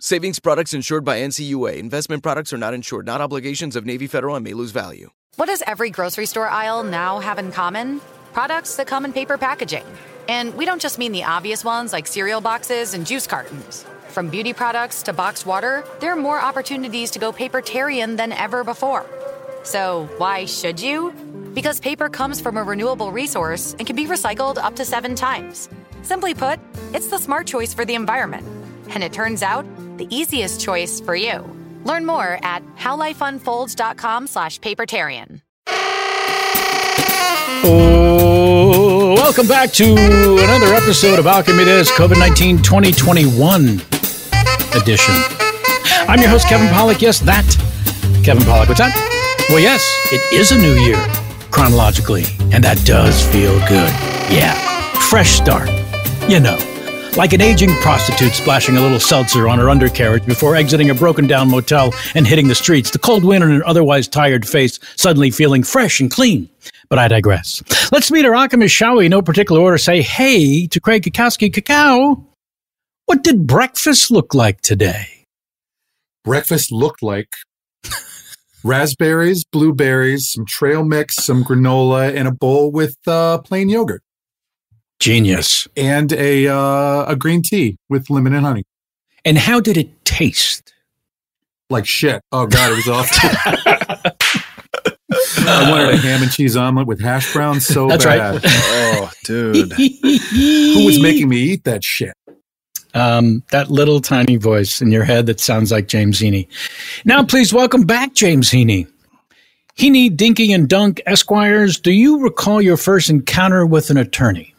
Savings products insured by NCUA. Investment products are not insured, not obligations of Navy Federal and may lose value. What does every grocery store aisle now have in common? Products that come in paper packaging. And we don't just mean the obvious ones like cereal boxes and juice cartons. From beauty products to boxed water, there are more opportunities to go papertarian than ever before. So, why should you? Because paper comes from a renewable resource and can be recycled up to seven times. Simply put, it's the smart choice for the environment. And it turns out, the easiest choice for you. Learn more at howlifeunfolds.com slash papertarian. Oh, welcome back to another episode of Alchemy This COVID 19 2021 edition. I'm your host, Kevin Pollock. Yes, that. Kevin Pollock. What's that? Well, yes, it is a new year chronologically, and that does feel good. Yeah. Fresh start. You know, like an aging prostitute splashing a little seltzer on her undercarriage before exiting a broken down motel and hitting the streets, the cold wind on her otherwise tired face suddenly feeling fresh and clean. But I digress. Let's meet our alchemist, shall we? In no particular order, say hey to Craig Kakowski. Cacao, what did breakfast look like today? breakfast looked like raspberries, blueberries, some trail mix, some granola, and a bowl with uh, plain yogurt Genius. and a uh, a green tea with lemon and honey. And how did it taste? Like shit. Oh god, it was awful. I wanted a ham and cheese omelet with hash browns so That's bad. right. Oh, dude. Who Who was making me eat that shit? um, that little tiny voice in your head that sounds like James Heaney. Now, please welcome back James Heaney. Heaney, Dinky, and Dunk Esquires, do you recall your first encounter with an attorney?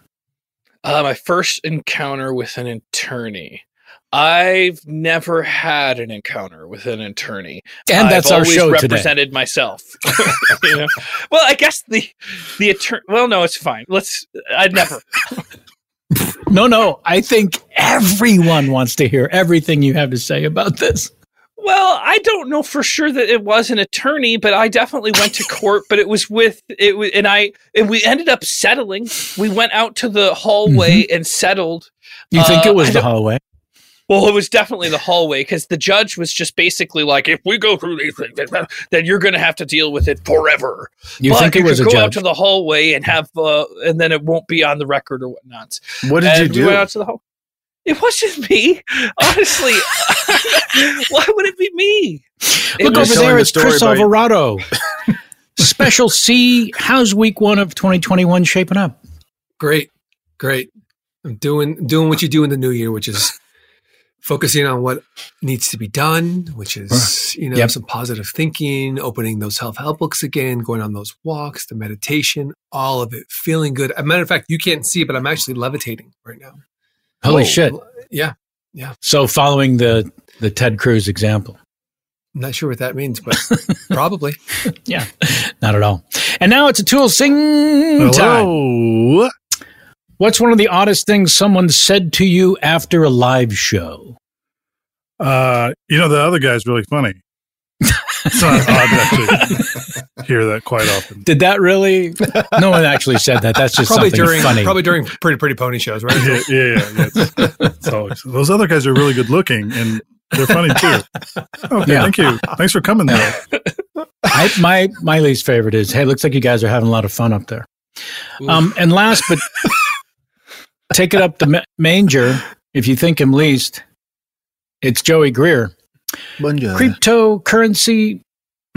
Uh, my first encounter with an attorney. I've never had an encounter with an attorney. And I've that's our always show today. represented myself. You know? Well, I guess the the attorney. Well, no, it's fine. Let's. I'd never. No, no, I think everyone wants to hear everything you have to say about this. Well, I don't know for sure that it was an attorney, but I definitely went to court. But it was with it, wa- and I and we ended up settling. We went out to the hallway and settled. You think Uh, it was I the don't- hallway? Well, it was definitely the hallway because the judge was just basically like, if we go through these things, then you're going to have to deal with it forever. You but think you it was could a go out judge? to the hallway and have, uh, and then it won't be on the record or whatnot. what did you And We do? went out to the hall. It wasn't me, honestly. Why would it be me? It Look was- over telling there. the It's story Chris about- Alvarado. Special C. How's Week One of 2021 shaping up? Great, great. I'm doing doing what you do in the new year, which is focusing on what needs to be done, which is you know Yep. some positive thinking, opening those self help books again, going on those walks, the meditation, all of it, feeling good. As a matter of fact, you can't see, but I'm actually levitating right now. Holy shit! Yeah, So following the the Ted Cruz example. I'm not sure what that means, but probably. Yeah, not at all. And now it's a tool sing time. Hello. What's one of the oddest things someone said to you after a live show? Uh, you know, the other guy's really funny. It's not odd to actually hear that quite often. Did that really? No one actually said that. That's just probably something during funny. probably during pretty pretty pony shows, right? Yeah, yeah, yeah. yeah. It's- it's always- those other guys are really good looking and they're funny too. Okay, Yeah. thank you. Thanks for coming though. I, my my least favorite is hey, looks like you guys are having a lot of fun up there. Um, and last but take it up the ma- manger if you think him least. It's Joey Greer. Cryptocurrency.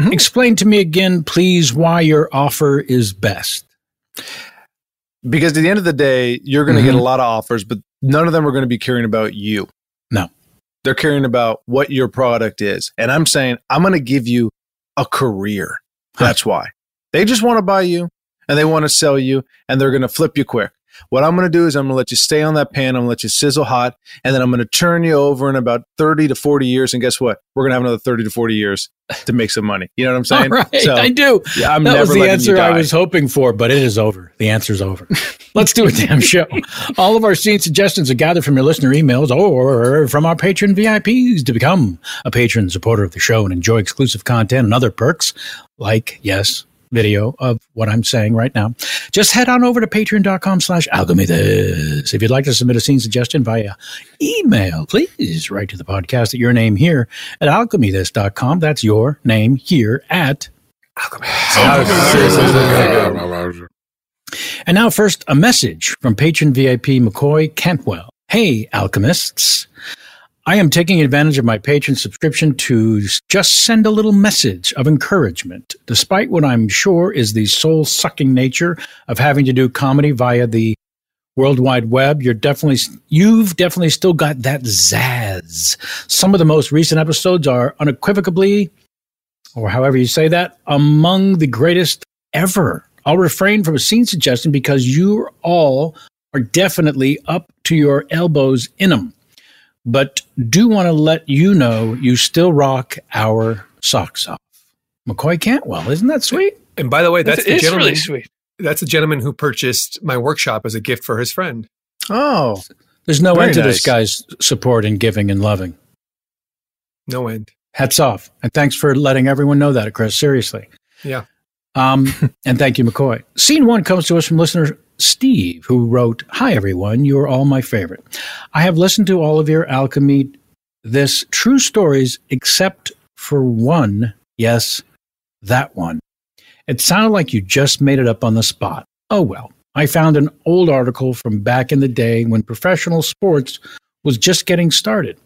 Mm-hmm. Explain to me again, please, why your offer is best. because at the end of the day, you're going to Mhm. get a lot of offers, but none of them are going to be caring about you. No. They're caring about what your product is. And I'm saying, I'm going to give you a career. That's why. They just want to buy you and they want to sell you and they're going to flip you quick. What I'm going to do is I'm going to let you stay on that pan. I'm going to let you sizzle hot and then I'm going to turn you over in about 30 to 40 years. And guess what? We're going to have another 30 to 40 years to make some money. You know what I'm saying? All right, So, I do. yeah, I'm that never was the letting you answer I die. was hoping for, but it is over. The answer's over. Let's do a damn show. All of our scene suggestions are gathered from your listener emails or from our patron VIPs to become a patron supporter of the show and enjoy exclusive content and other perks like, yes, video of what I'm saying right now. Just head on over to patreon.com slash alchemy this. If you'd like to submit a scene suggestion via email, please write to the podcast at your name here at alchemythis.com. That's your name here at and now, first, a message from patron VIP McCoy Cantwell. Hey, alchemists. I am taking advantage of my patron subscription to s- just send a little message of encouragement, despite what I'm sure is the soul sucking nature of having to do comedy via the World Wide Web, you're definitely s- you've definitely still got that zazz. Some of the most recent episodes are unequivocally or however you say that, among the greatest ever. I'll refrain from a scene suggestion because you all are definitely up to your elbows in them. But do want to let you know you still rock our socks off. McCoy Cantwell, isn't that sweet? And by the way, that's it's, the it's gentleman. really sweet. That's the gentleman who purchased my workshop as a gift for his friend. Oh, There's no Very end to this nice. guy's support and giving and loving. No end. Hats off. And thanks for letting everyone know that, Chris. Seriously. Yeah. Um, and thank you, McCoy. Scene one comes to us from listener Steve, who wrote Hi, everyone. You are all my favorite. I have listened to all of your alchemy, this true stories, except for one. Yes, that one. It sounded like you just made it up on the spot. Oh, well. I found an old article from back in the day when professional sports was just getting started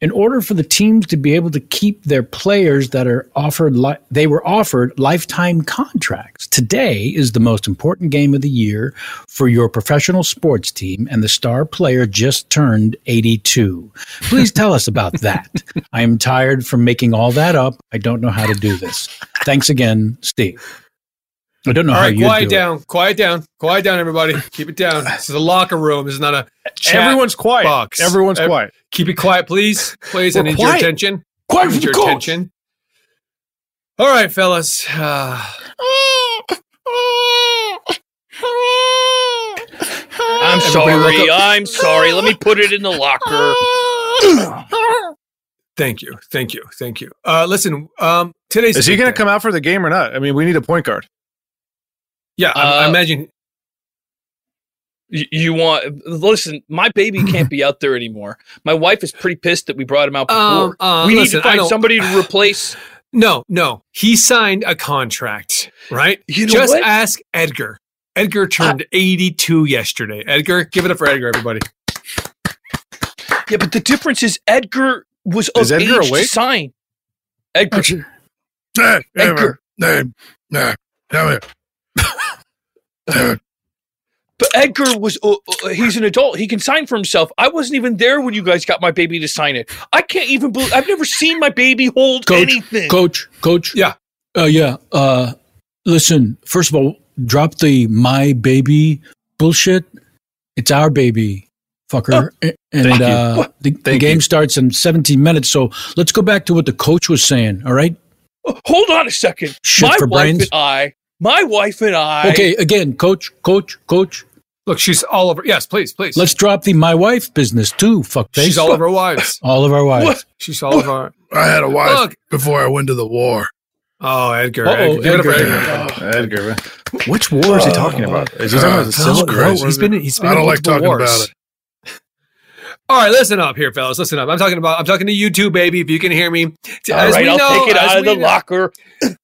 in order for the teams to be able to keep their players that are offered li- they were offered lifetime contracts today is the most important game of the year for your professional sports team and the star player just turned 82 please tell us about that i am tired from making all that up i don't know how to do this thanks again steve i don't know All how right, you do quiet it. down, quiet down, quiet down, everybody. Keep it down. This is a locker room. This is not a chat. everyone's quiet. box. Everyone's Ev- quiet. Keep it quiet, please. Please, I We're need your quiet. attention. I Quiet need from your court. attention. All right, fellas. Uh, I'm Everybody sorry. look up. I'm sorry. Let me put it in the locker. Ah! thank you, thank you, thank you. Uh, listen, um, today's Is he going to to come out for the game or not? I mean, we need a point guard. Yeah, I, I Uh, imagine. You, Uh, you want listen? My baby can't be out there anymore. My wife is pretty pissed that we brought him out before. Um, uh, we listen, need to I find don't- somebody to replace. No, no. He signed a contract, right? You know Just what? ask Edgar. Edgar turned 82 yesterday. Edgar, give it up for Edgar, everybody. Yeah, but the difference is Edgar was Is of Edgar age awake? to sign. Edgar, Edgar. Name. Nah. Come here. but Edgar was uh, uh, he's an adult. He can sign for himself. I wasn't even there when you guys got my baby to sign it. I can't even believe I've never seen my baby hold coach, anything. coach, coach. Yeah. Uh, yeah. Uh, listen, first of all, drop the my baby bullshit. It's our baby, fucker. A- and Thank you. uh, the, the game starts in 17 minutes. So let's go back to what the coach was saying. All right. Hold on a second. Shit my for wife brains. and I. My wife and I. okay. Again, coach, coach, coach. Look, she's all over. Yes, please, please. Let's drop the my wife business too. Fuck She's all of our wives. All of our wives. She's all of our. I had a wife Look. before I went to the war. Oh, Edgar. Uh-oh, Edgar. Give it up for Edgar. Edgar. Edgar. Which war is he talking about? Uh, Is he talking about the Oh, Civil gross. War? He's been he's been I in don't like multiple talking wars. about it. All right, listen up here, fellas. Listen up. I'm talking about I'm talking to you too, baby. If you can hear me. All right, we I'll know- take it as out of we the locker.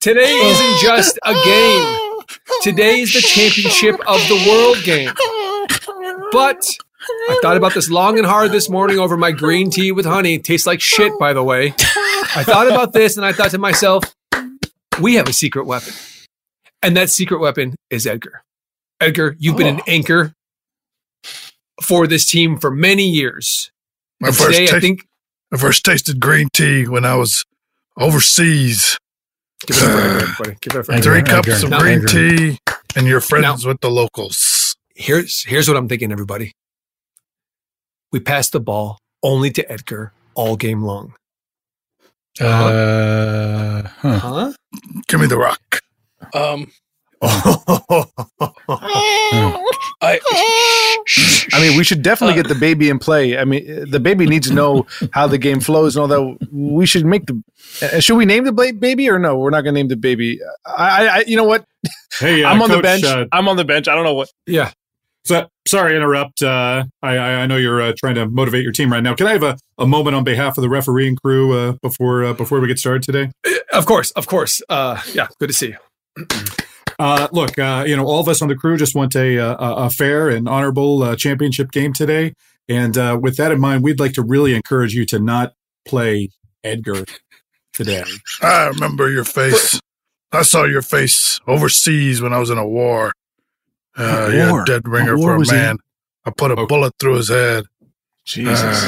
Today isn't just a game. Today is the championship of the world game. But I thought about this long and hard this morning over my green tea with honey. It tastes like shit, by the way. I thought about this and I thought to myself, we have a secret weapon. And that secret weapon is Edgar. Edgar, you've been Oh. an anchor for this team for many years. My And first today, I taste- think I first tasted green tea when I was overseas. give it up for Edgar, everybody. Give it up for Edgar, Three Edgar. cups Edgar, of Now- green Edgar. tea, and you're friends with the locals. here's here's what I'm thinking, everybody. We passed the ball only to Edgar all game long. Uh, huh. Huh? Give me the rock. Um, I I mean, we should definitely get the baby in play. I mean, the baby needs to know how the game flows and all that. We should make the. Uh, should we name the ba- baby or no? We're not going to name the baby. I, I, I you know what? Hey, uh, I'm on the Coach, bench. uh, I'm on the bench. I don't know what. yeah. so, sorry, to interrupt. Uh, I, I I know you're uh, trying to motivate your team right now. Can I have a, a moment on behalf of the refereeing crew uh, before uh, before we get started today? Of course, of course. Uh, yeah, good to see you. Uh, look, uh, you know, all of us on the crew just want a a, a fair and honorable uh, championship game today. And uh, with that in mind, we'd like to really encourage you to not play Edgar today. I remember your face. I saw your face overseas when I was in a war. Uh, What you're war? a dead What ringer war for a was he man. I put a bullet through his head. Jesus.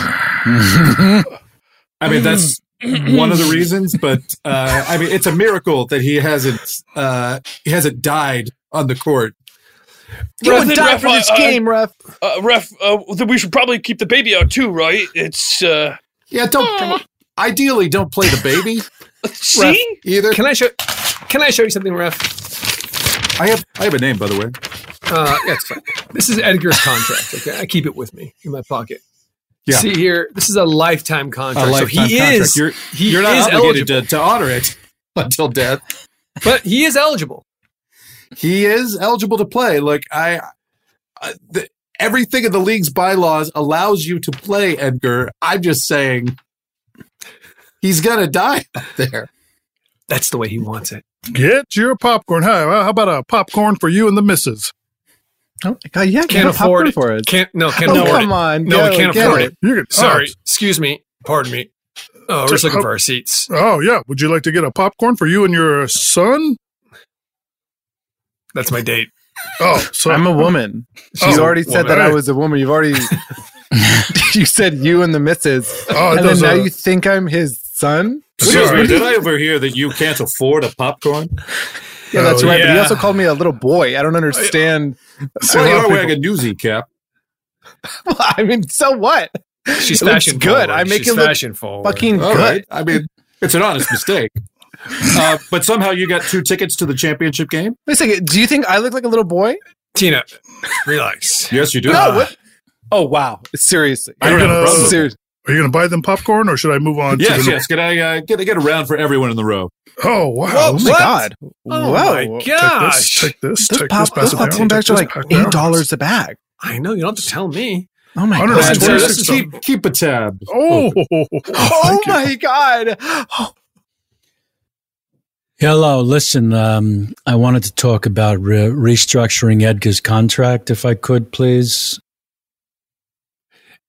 I mean, that's one of the reasons, but uh, I mean, it's a miracle that he hasn't uh, he hasn't died on the court. you Ref, would die ref, for this uh, game, ref. uh, ref, uh, then we should probably keep the baby out too, right? It's uh, Yeah, don't. Ideally, don't play the baby see, either. Can I show can I show you something, Ref? I have I have a name, by the way. Uh, yeah, it's fine. This is Edgar's contract. Okay, I keep it with me in my pocket. Yeah. See here, this is a lifetime contract. A so lifetime he contract. is You're, he you're not is obligated eligible, to, to honor it until death. but he is eligible. He is eligible to play. Like I, I the, everything in the league's bylaws allows you to play Edgar. I'm just saying, he's gonna die out there. That's the way he wants it. Get your popcorn. Hi, well, how about a popcorn for you and the missus? Oh, God, yeah, Can't have afford popcorn it. for it. Can't no, can't oh, afford come it. on. No, go, we can't get afford it. You can, oh. Sorry, excuse me. Pardon me. Oh, we're just looking for our seats. Oh, oh, yeah. Would you like to get a popcorn for you and your son? That's my date. Oh, so I'm a woman. She's Oh, already said woman. that I Hey. was a woman. You've already. you said you and the missus. Oh, and then those now are- you think I'm his son? Excuse Sorry. me, did I overhear that you can't afford a popcorn? Yeah, that's Oh, right. But he yeah. also called me a little boy. I don't understand. So you are wearing a newsy cap. I mean, so what? She's It looks fashion good. forward. I make She's it look fashion forward. Fucking All good. right. I mean, it's an honest mistake. Uh, but somehow you got two tickets to the championship game? Wait a second. Do you think I look like a little boy? Tina, relax. Yes, you do. No. What? Oh wow. Seriously. Are you gonna- Seriously. Are you going to buy them popcorn or should I move on to Yes, the yes. Can I uh, get, get a round for everyone in the row? Oh, wow. Oh my god. Oh wow. my Take gosh. this. Take this. Those take this. pop, those Pass it down, popcorn bags take are this, like pass it eight down. dollars a bag. I know you don't have to tell me. Oh my God. That's This where- is- keep, keep a tab. Oh, oh my God. Hello, listen. Um, I wanted to talk about re- restructuring Edgar's contract, if I could, please.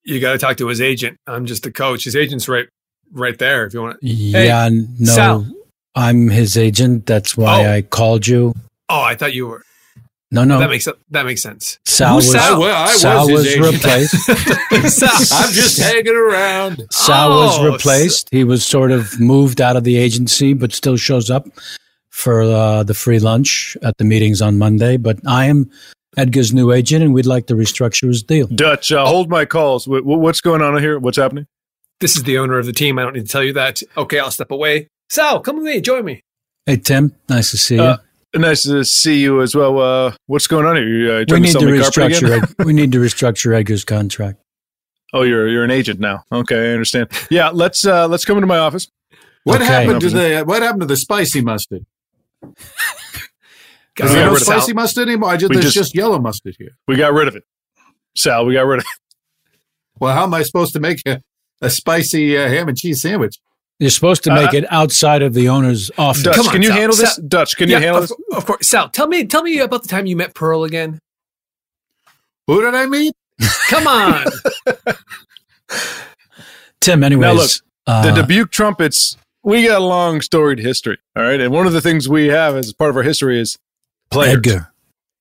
You got to talk to his agent. I'm just the coach. His agent's right, right there. If you want to. yeah, no, Sal. I'm his agent. That's why I called you. Oh, I thought you were. No, no, that makes that makes sense. Sal Who's was, Sal? Sal was replaced. Sal, I'm just hanging around. Sal Oh, was replaced. He was sort of moved out of the agency, but still shows up for uh, the free lunch at the meetings on Monday. But I am Edgar's new agent, and we'd like to restructure his deal. Dutch, uh, hold my calls. Wh- wh- what's going on here? What's happening? This is the owner of the team. I don't need to tell you that. Okay, I'll step away. Sal, come with me. Join me. Hey, Tim, nice to see you. Uh, nice to see you as well. Uh, what's going on here? You, uh, we trying need to to sell me carpet restructure. again? Ed- we need to restructure Edgar's contract. oh, you're you're an agent now. Okay, I understand. Yeah, let's uh, let's come into my office. What happened to the What happened to the spicy mustard? Got Is rid there no of it. spicy mustard anymore? I just, We there's just- just, yellow mustard here. We got rid of it, Sal. We got rid of Well, how am I supposed to make a, a spicy uh, ham and cheese sandwich? You're supposed to make Uh, it outside of the owner's office. Dutch, Come on, can you Sal. handle this? Sal. Dutch, Yeah, of, Of course. Sal, tell me tell me about the time you met Pearl again. Who did I meet? Come on. Tim, anyways. Now look, uh, the Dubuque Trumpets. We got a long storied history. All right, and one of the things we have as part of our history is players. Edgar,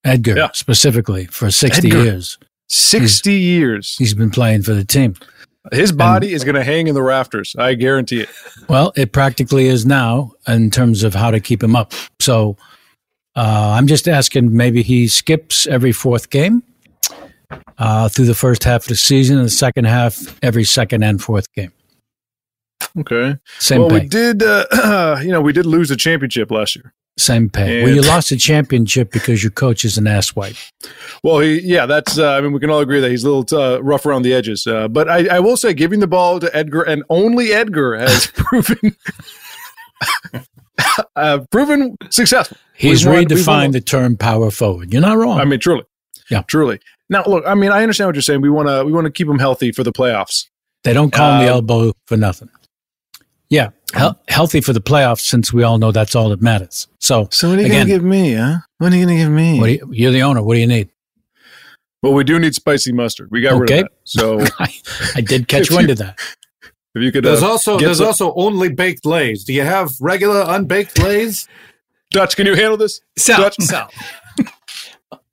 Edgar specifically for 60 Edgar. years. 60 years. He's been playing for the team. His body is going to hang in the rafters. I guarantee it. Well, it practically is now in terms of how to keep him up. So uh, I'm just asking maybe he skips every fourth game uh, through the first half of the season and the second half, every second and fourth game. Okay. Same well, pay. we did. Uh, you know, we did lose the championship last year. Same pay. Yeah. Well, you lost the championship because your coach is an asswipe. Well, he, yeah, that's. Uh, I mean, we can all agree that he's a little uh, rough around the edges. Uh, but I, I will say, giving the ball to Edgar and only Edgar has proven uh, proven successful. He's We've won- we've won- redefined the term power forward. You're not wrong. I mean, truly. Yeah. Truly. Now, look. I mean, I understand what you're saying. We want to we want to keep him healthy for the playoffs. They don't call him the Um, elbow for nothing. Yeah, hel- healthy for the playoffs since we all know that's all that matters. So, so What are you again, going to give me? Huh? What are you going to give me? what do you, you're the owner. What do you need? Well, we do need spicy mustard. We got Okay. rid of that. So I, I did catch If you- wind of that. if you could, There's uh, also get there's the- also only baked lays. Do you have regular unbaked lays? Dutch, can you handle this? Dutch?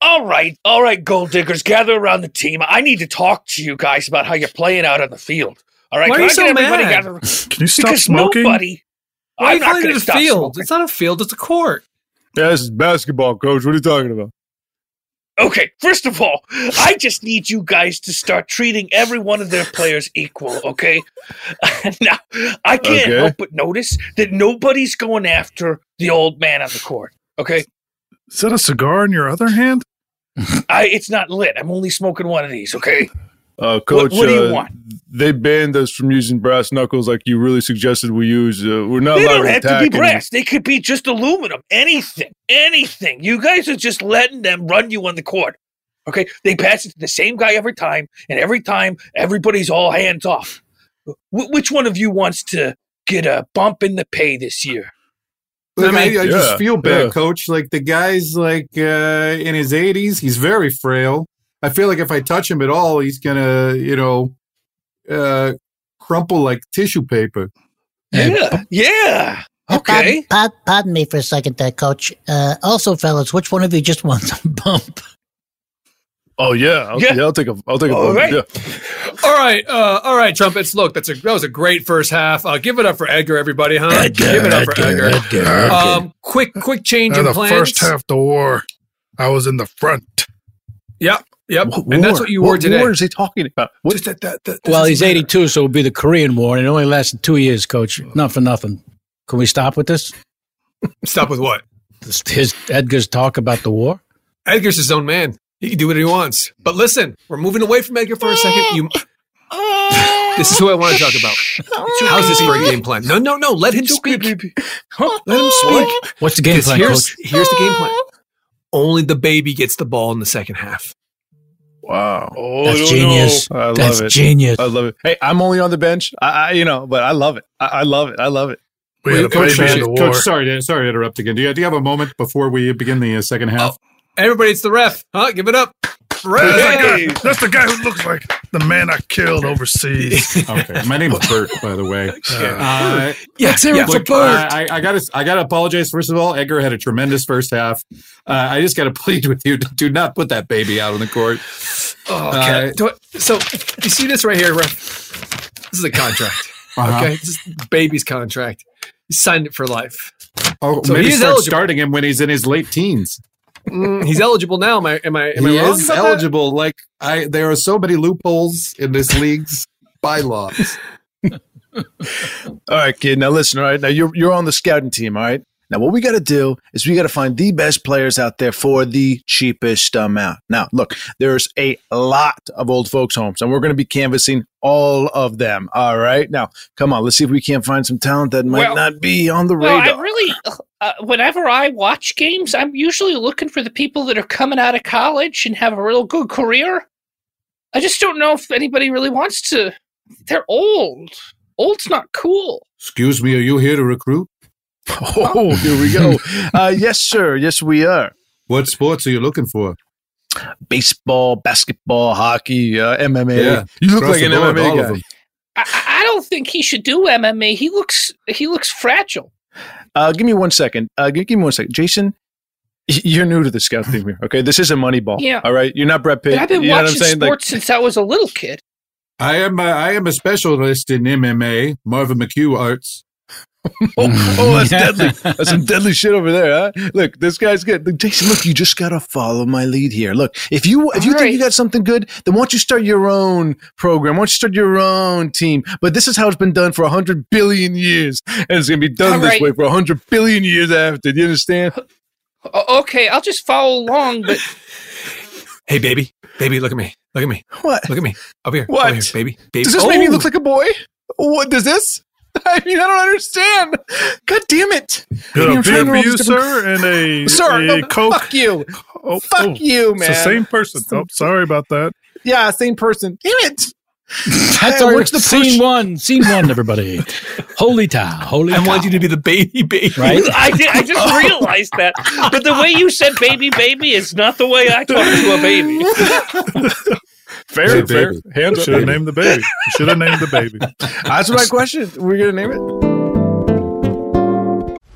All right, all right, gold diggers, gather around the team. I need to talk to you guys about how you're playing out on the field. All right, Why are can you I so get everybody mad? gather- Can you stop because smoking? nobody. Why are I'm you not calling going it to a stop field? smoking. It's not a field. It's a court. Yeah, this is basketball, coach. What are you talking about? Okay, first of all, I just need you guys to start treating every one of their players equal, okay? now, I can't Okay. help but notice that nobody's going after the old man on the court, okay? Is that a cigar in your other hand? I it's not lit. I'm only smoking one of these, okay? Uh, coach, what do you uh, want? They banned us from using brass knuckles like you really suggested we use. Uh, we're not they allowed don't to have to attack. be and- brass. They could be just aluminum. Anything. Anything. You guys are just letting them run you on the court. Okay? They pass it to the same guy every time, and every time everybody's all hands off. Wh- which one of you wants to get a bump in the pay this year? Like, I, I yeah, just feel bad, yeah. coach. Like the guy's like uh, in his 80s. He's very frail. I feel like if I touch him at all, he's gonna, you know, uh, crumple like tissue paper. Yeah. Yeah. Okay. Pardon, pardon, me for a second there, coach. Uh, also, fellas, which one of you just wants a bump? Oh yeah, I'll, yeah. Yeah. I'll take a, I'll take a. All vote. right. Yeah. All right, uh, all right, trumpets. Look, that's a that was a great first half. Uh, give it up for Edgar, everybody, huh? give it up for Edgar. Um, quick, quick change Uh, Now, in the plans. first half the war, I was in the front. Yep, yep. and that's war? what you were What today. war is he talking about? What- Just that, that, that, Well, he's 82, so it would be the Korean War, and it only lasted two years, Coach. Not for nothing. Can we stop with this? stop with what? This- His Edgar's talk about the war. Edgar's his own man. He can do what he wants. But listen, we're moving away from Edgar for a second. You, this is who I want to talk about. How's this for a game plan? No, no, no. Let him speak. Let him speak. What's the game 'Cause plan, here's, Coach? Here's the game plan. Only the baby gets the ball in the second half. Wow. Oh, That's I don't genius. know. I love That's it. genius. I love it. Hey, I'm only on the bench. I, I you know, but I love it. I, I love it. I love it. Wait, Coach, Coach, sorry, to, sorry to interrupt again. Do you, do you have a moment before we begin the uh, second half? Everybody, it's the ref. Huh? Give it up. Hey, That's the guy who looks like the man I killed overseas. okay. My name is Bert, by the way. Uh, Yeah, say it for look, Bert. I, I gotta, I gotta apologize. First of all, Edgar had a tremendous first half. Uh, I just gotta plead with you: to do not put that baby out on the court. Oh, Uh, okay. Do I- so you see this right here, ref? This is a contract. Uh-huh. Okay, this is baby's contract. He signed it for life. Oh, So maybe he's start eligible. starting him when he's in his late teens. Mm, he's eligible now. Am I? Am I? Am he I wrong? is about that? eligible. Like I, there are so many loopholes in this league's bylaws. All right, kid. Now listen. All right. Now you're you're on the scouting team. All right. Now what we got to do is we got to find the best players out there for the cheapest amount. Now look, there's a lot of old folks' homes, and we're going to be canvassing all of them. All right. Now come on, let's see if we can't find some talent that might Well- not be on the Well, radar. I really, uh, whenever I watch games, I'm usually looking for the people that are coming out of college and have a real good career. I just don't know if anybody really wants to. They're old. Old's not cool. Excuse me, are you here to recruit? Oh, here we go. uh, yes, sir. Yes, we are. What sports are you looking for? Baseball, basketball, hockey, uh, MMA. Yeah. You look Across like the an board, all of MMA guy. them. I, I don't think he should do MMA. He looks he looks fragile. Uh, give me one second. Uh, give, give me one second. Jason, y- you're new to the scout team here. Okay. This isn't Moneyball. Yeah. All right. You're not Brett Pitt. And I've been you know watching what I'm saying? sports since I was a little kid. I am. A, I am a specialist in MMA, Marvin McHugh arts. Like, oh, that's deadly. That's some deadly shit over there. Huh? Look, this guy's good. Look, Jason, look, you just got to follow my lead here. Look, if you if you think you got something good, then why don't you start your own program? Why don't you start your own team? But this is how it's been done for 100 billion years. And it's going to be done All this right. way for 100 billion years after. Do you understand? O- okay, I'll just follow along, but Hey, baby, baby, look at me. Look at me. What? Look at me. Over here. Over What? here, baby. Baby. Does this make me Oh. look like a boy? What does this? I mean, I don't understand. God damn it. Maybe Got a beer I'm trying to for all these you, different- sir, and a, Sir, a no, Coke. Oh, fuck you. fuck you, man. It's the same person. Oh, sorry about that. Yeah, same person. Damn it. That's Hey, our what's the scene one, scene one, everybody. holy cow, holy I want you to be the baby, baby. Right? I did, I just Oh. realized that. But the way you said "baby, baby" is not the way I talk to a baby. Fair, Hey, fair. baby. Hands up, Should have baby. named the baby. Should have named the baby. That's my question. We're going to name it.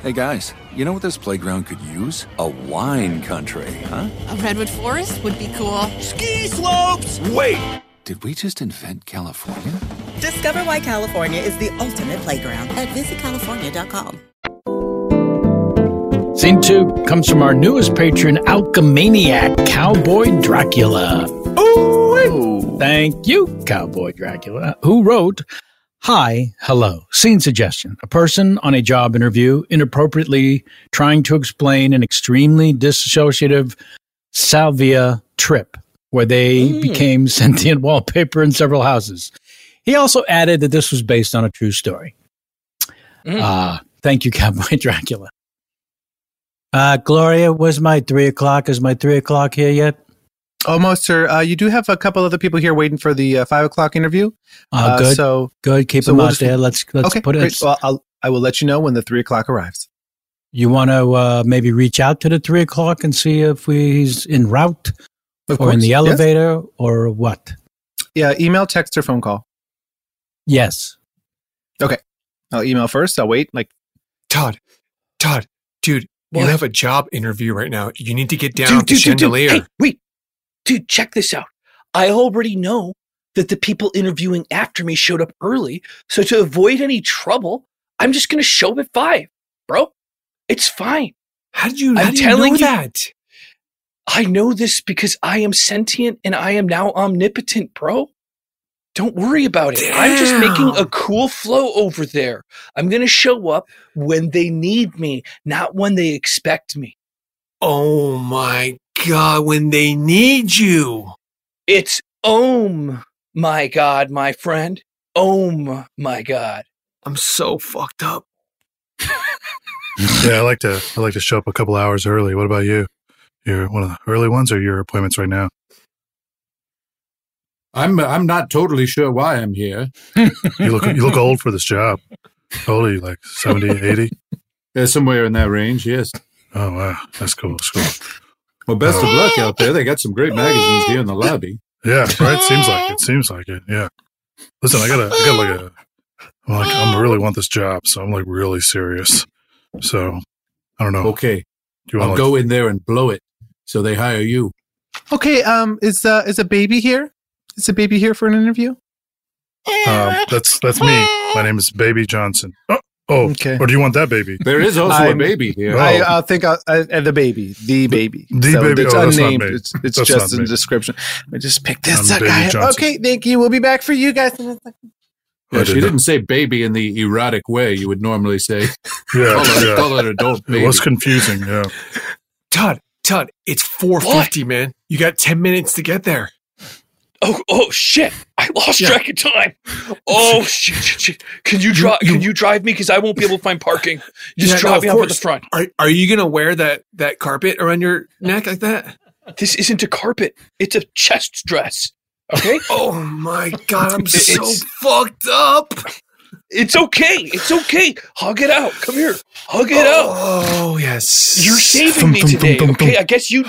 Hey guys, you know what this playground could use? A wine country, huh? A redwood forest would be cool. Ski slopes! Wait! Did we just invent California? Discover why California is the ultimate playground at visitcalifornia.com. Scene two comes from our newest patron, Alchemaniac Cowboy Dracula. Ooh, thank you, Cowboy Dracula, who wrote, Hi, hello. Scene suggestion. A person on a job interview inappropriately trying to explain an extremely dissociative salvia trip where they became sentient wallpaper in several houses. He also added that this was based on a true story. Uh, Ah, thank you, Cowboy Dracula. Uh, Gloria, was my three o'clock? Is my three o'clock here yet? Almost, sir. Uh, you do have a couple other people here waiting for the uh, five o'clock interview. Uh, Oh, good. So good. Keep so them we'll out just- there. Let's let's okay, put it. great. Well, I'll, I will let you know when the three o'clock arrives. You want to uh, maybe reach out to the three o'clock and see if we, he's en route Of or in course, the yes. elevator or what? Yeah, email, text, or phone call. Yes. Okay. I'll email first. I'll wait. Like, Todd, Todd, dude, What? you have a job interview right now. You need to get down Dude, dude, to dude, dude. chandelier. Hey, wait. Dude, check this out. I already know that the people interviewing after me showed up early. So to avoid any trouble, I'm just going to show up at five, bro. It's fine. How did you, I'm how do you telling know that? I know this because I am sentient and I am now omnipotent, bro. Don't worry about it. I'm just making a cool flow over there. I'm going to show up when they need me, not when they expect me. Oh my God, when they need you. It's Om, my God, my friend. Om, my God. I'm so fucked up. Yeah, I like to I like to show up a couple hours early. What about you? You're one of the early ones, or your appointments right now? I'm I'm not totally sure why I'm here. You look you look old for this job. How old are you? Like 70, 80? Yeah, somewhere in that range, yes. Oh wow, that's cool. That's cool. Well, best of luck out there. They got some great magazines here in the lobby. Yeah, right. Seems like it. Seems like it. Yeah. Listen, I gotta, I gotta like a, I'm like, I'm really want this job, so I'm like really serious. So, I don't know. Okay, do you I'll want to go in there and blow it, so they hire you. okay, um, is uh, is a baby here? Is a baby here for an interview? Um, that's that's me. My name is Baby Johnson. Oh, oh Okay. Or do you want that baby? Oh, There is also a I'm- baby here. I uh, think I, I, uh, the baby, the baby, the baby- It's oh, that's not unnamed. me. It's, it's That's just not in me. the description. I just picked this I'm up. Baby guy. Johnson. Okay, thank you. We'll be back for you guys. in a second. Yeah, I she did didn't say baby in the erotic way you would normally say. Yeah, call, it, yeah. call it adult baby. It was confusing. Yeah. Todd, Todd, it's 450, man. You got 10 minutes to get there. Oh, oh shit! I lost Yeah. track of time. Oh shit! shit, shit. Can you drive? Can you drive me? Because I won't be able to find parking. Just Yeah, no, drive of me off at the course. front. Are, are you going to wear that, that carpet around your neck like that? This isn't a carpet. It's a chest dress. Okay. oh my god, I'm so fucked up. It's okay. It's okay. Hug it out. Come here. Hug it out. Oh, yes. You're saving me today. Okay. I guess you.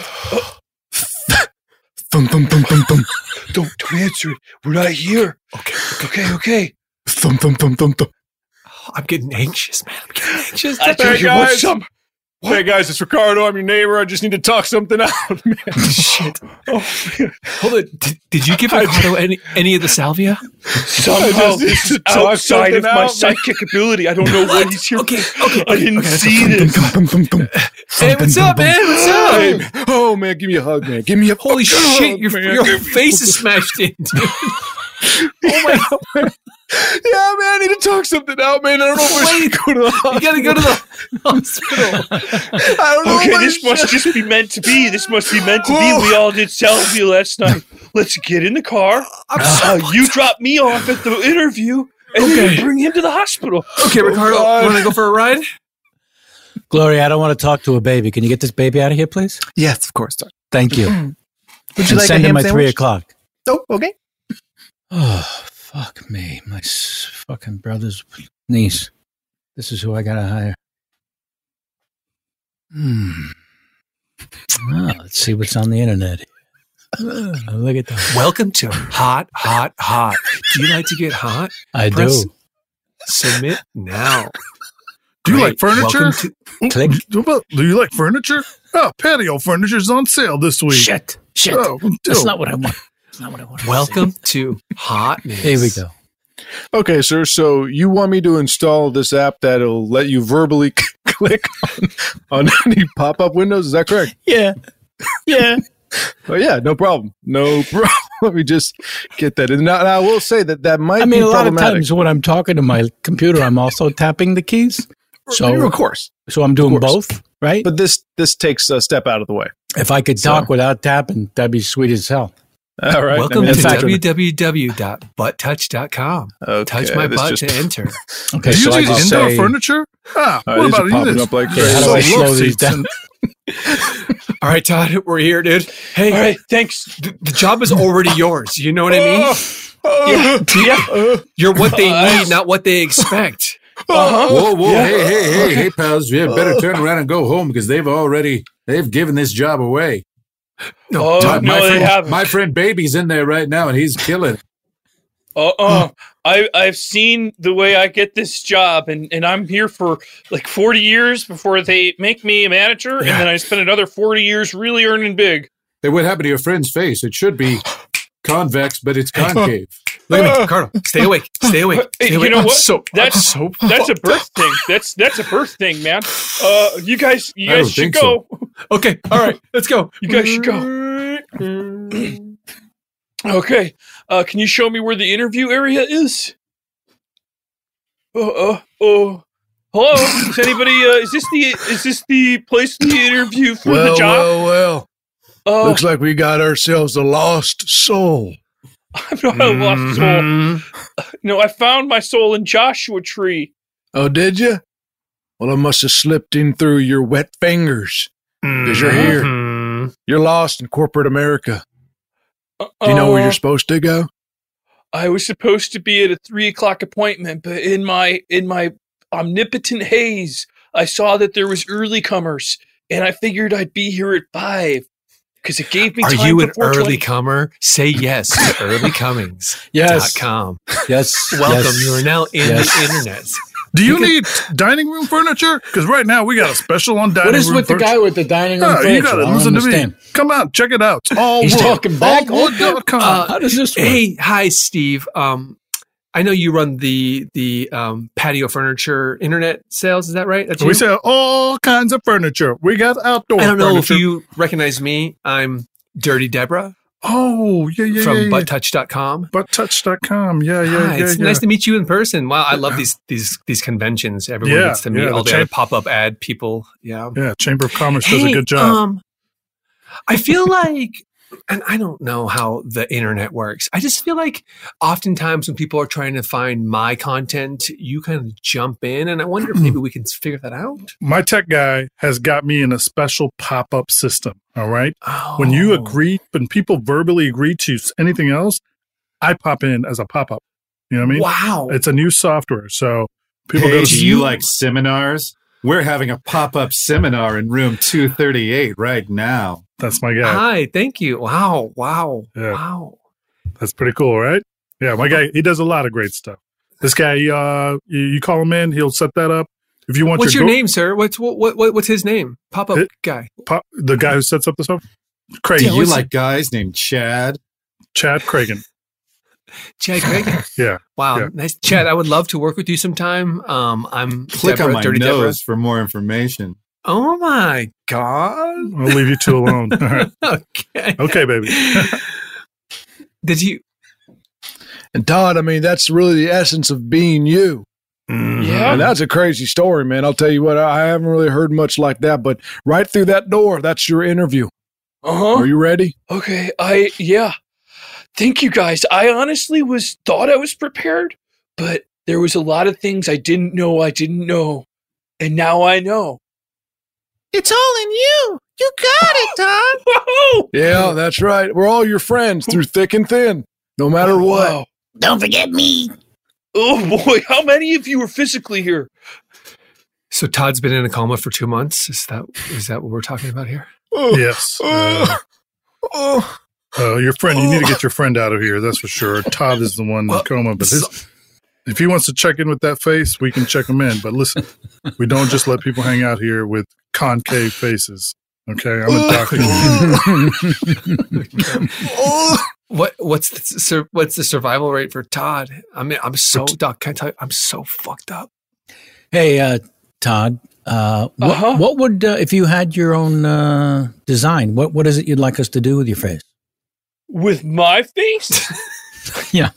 Thump, thump, thump, thump, thump. Don't, don't answer it. We're not here. Okay. Okay. Okay. Oh, Thump, thump, thump, thump, thump. I'm getting anxious, man. I'm getting anxious. I told you, what's up? Hey guys, it's Ricardo. I'm your neighbor. I just need to talk something out. Man. Shit. Oh. Hold it. Did, did you give Ricardo any any of the salvia? Somehow this is outside of my psychic ability. I don't know what he's here. Okay, okay, I didn't see this. Hey, what's up, man? What's up? oh man, give me a hug, man. Give me a Holy hug, shit! Your, man. your Give me- face is smashed in. dude. Oh Yeah, man. I need to talk something out, man. I don't know where to go to the hospital. You gotta go to the I don't know okay, this must just be meant to be. This must be meant to be. We all did selfie last night. Let's get in the car. Uh, you drop me off at the interview, and then Okay. you bring him to the hospital. Okay, Ricardo, want to go for a ride? Gloria, I don't want to talk to a baby. Can you get this baby out of here, please? Yes, of course. Doc. Thank you. Mm. And like a send ham him my three sandwich? o'clock? Oh, okay. Oh, fuck me. My s- fucking brother's niece. This is who I gotta hire. Hmm. Ah, let's see what's on the internet. Ah, look at that. Welcome to Hot, Hot, Hot. Do you like to get hot? I Press do. Submit now. Do you like Great. furniture? Welcome Ooh, do you- Do you like furniture? Oh, patio furniture's on sale this week. Shit. Shit. Oh, That's dude. not what I want. Welcome to Hot News. Here we go. Okay, sir. So you want me to install this app that'll let you verbally click on, on any pop-up windows? Is that correct? Yeah. Yeah. Oh yeah, no problem. No problem. Let me just get that. And now, now I will say that that might. I mean, be a lot of problematic. times when I'm talking to my computer, I'm also tapping the keys. So of course. So I'm doing both, right? But this this takes uh, a step out of the way. if I could talk without tapping, that'd be sweet as hell. All right. Welcome In Welcome to fact- www.butttouch.com. Touch my this butt just- to enter. Okay, do so you I do just indoor say- furniture? Ah, All right, what these are about you? popping This? up like Okay, how do I slow these down? All right, Todd, we're here, dude. Hey, all right, thanks. The, the job is already yours. You know what I mean? Uh, Yeah, yeah. You're what they need, not what they expect. Uh-huh. Whoa, whoa, Uh-huh. Yeah. hey, hey, hey, hey, pals! You had better Uh. turn around and go home because they've already they've given this job away. Oh, No, Todd, no, they friend, haven't. My friend, baby's in there right now, and he's killing. it. Uh uh I I've seen the way I get this job, and and I'm here for like 40 years before they make me a manager, and then I spend another 40 years really earning big. Hey, what happened to your friend's face? It should be convex, but it's concave. Look at me, Ricardo. Stay awake. Stay awake. Hey, Oh. Stay you awake. know I'm what? So, that's I'm so that's a birth thing. That's that's a birth thing, man. Uh, you guys, you I don't guys should think go. so. Okay. All right. Let's go. You guys should go. okay. Uh, can you show me where the interview area is? Oh, oh, oh. Hello. Is anybody? Uh, is this the? Is this the place the interview for well, the job? well, well. Oh. Looks like we got ourselves a lost soul. I'm not a lost Mm-hmm. Mhm. Mm-hmm. soul. No, I found my soul in Joshua Tree. Oh, did you? Well, I must have slipped in through your wet fingers because you're here. You're lost in corporate America. Do you know where Uh, you're supposed to go? I was supposed to be at a three o'clock appointment, but in my in my omnipotent haze, I saw that there was early comers, and I figured I'd be here at five because it gave me Are time. you to an 420. early comer? Say yes to earlycomings.com. Yes. Yes. Welcome. Yes. You are now in Yes. the internet. Do you need dining room furniture? Because right now we got a special on dining room. What is with the furniture. guy with the dining room Ah, you furniture? got I to don't listen understand. to me. Come out, check it out. It's all wood. All wood. Uh, How does this work? Hey, hi, Steve. Um, I know you run the the um, patio furniture internet sales. Is that right? That's We you? sell all kinds of furniture. We got outdoor. I don't know furniture. if you recognize me. I'm Dirty Deborah Oh yeah yeah from yeah, yeah. butttouch.com. butttouch.com. Yeah yeah Hi, yeah. it's yeah. nice to meet you in person. Wow, I love these these these conventions. Everyone Yeah, gets to meet yeah, all the the other champ- pop up ad people. Yeah. Yeah, Chamber of Commerce does Hey, a good job. um, I feel like, and I don't know how the internet works. I just feel like oftentimes when people are trying to find my content, you kind of jump in, and I wonder if maybe we can figure that out. my tech guy has got me in a special pop-up system all right when you Oh. agree when people verbally agree to s- anything else i pop in as a pop-up you know what i mean wow it's a new software so people People go go, to do you like seminars? We're having a pop up seminar in room 238 right now. That's my guy. Hi, thank you. Wow, wow, wow. that's pretty cool right yeah my guy he does a lot of great stuff this guy uh you, you call him in he'll set that up If you want what's your, your go- name, sir? What's what, what what- what's his name? Pop up It- guy. Pop, the guy who sets up the stuff? Craig. Yeah, You what's like it- guys named Chad? Chad Cragen. Chad Craig. Yeah. Wow, Yeah. nice, Chad. I would love to work with you sometime. Um, I'm Click Deborah, on my Dirty nose Deborah. for more information. Oh my god! I'll leave you two alone. All right. okay. Okay, baby. Did you? And Todd, I mean, that's really the essence of being you. Yeah. And that's a crazy story, man. I'll tell you what, I haven't really heard much like that, but right through that door, that's your interview. Uh-huh. Are you ready? Okay, I yeah. Thank you guys. I honestly was thought I was prepared, but there was a lot of things I didn't know I didn't know. And now I know. It's all in you. You got it, Todd. Yeah, that's right. We're all your friends through thick and thin, no matter what. Don't forget me. Oh boy, how many of you were physically here? So Todd's been in a coma for two months. Is that is that what we're talking about here? yes. Uh, Oh, uh, your friend, you need to get your friend out of here. That's for sure. Todd is the one in coma, but his, if he wants to check in with that face, we can check him in. But listen, we don't just let people hang out here with concave faces. Okay, I'm a doctor. What what's the, sur- what's the survival rate for Todd? I mean, I'm so doc. Can I tell you? I'm so fucked up. Hey, uh, Todd. Uh, what, Uh-huh. what would uh, if you had your own uh, design? What what is it you'd like us to do with your face? With my face? Yeah.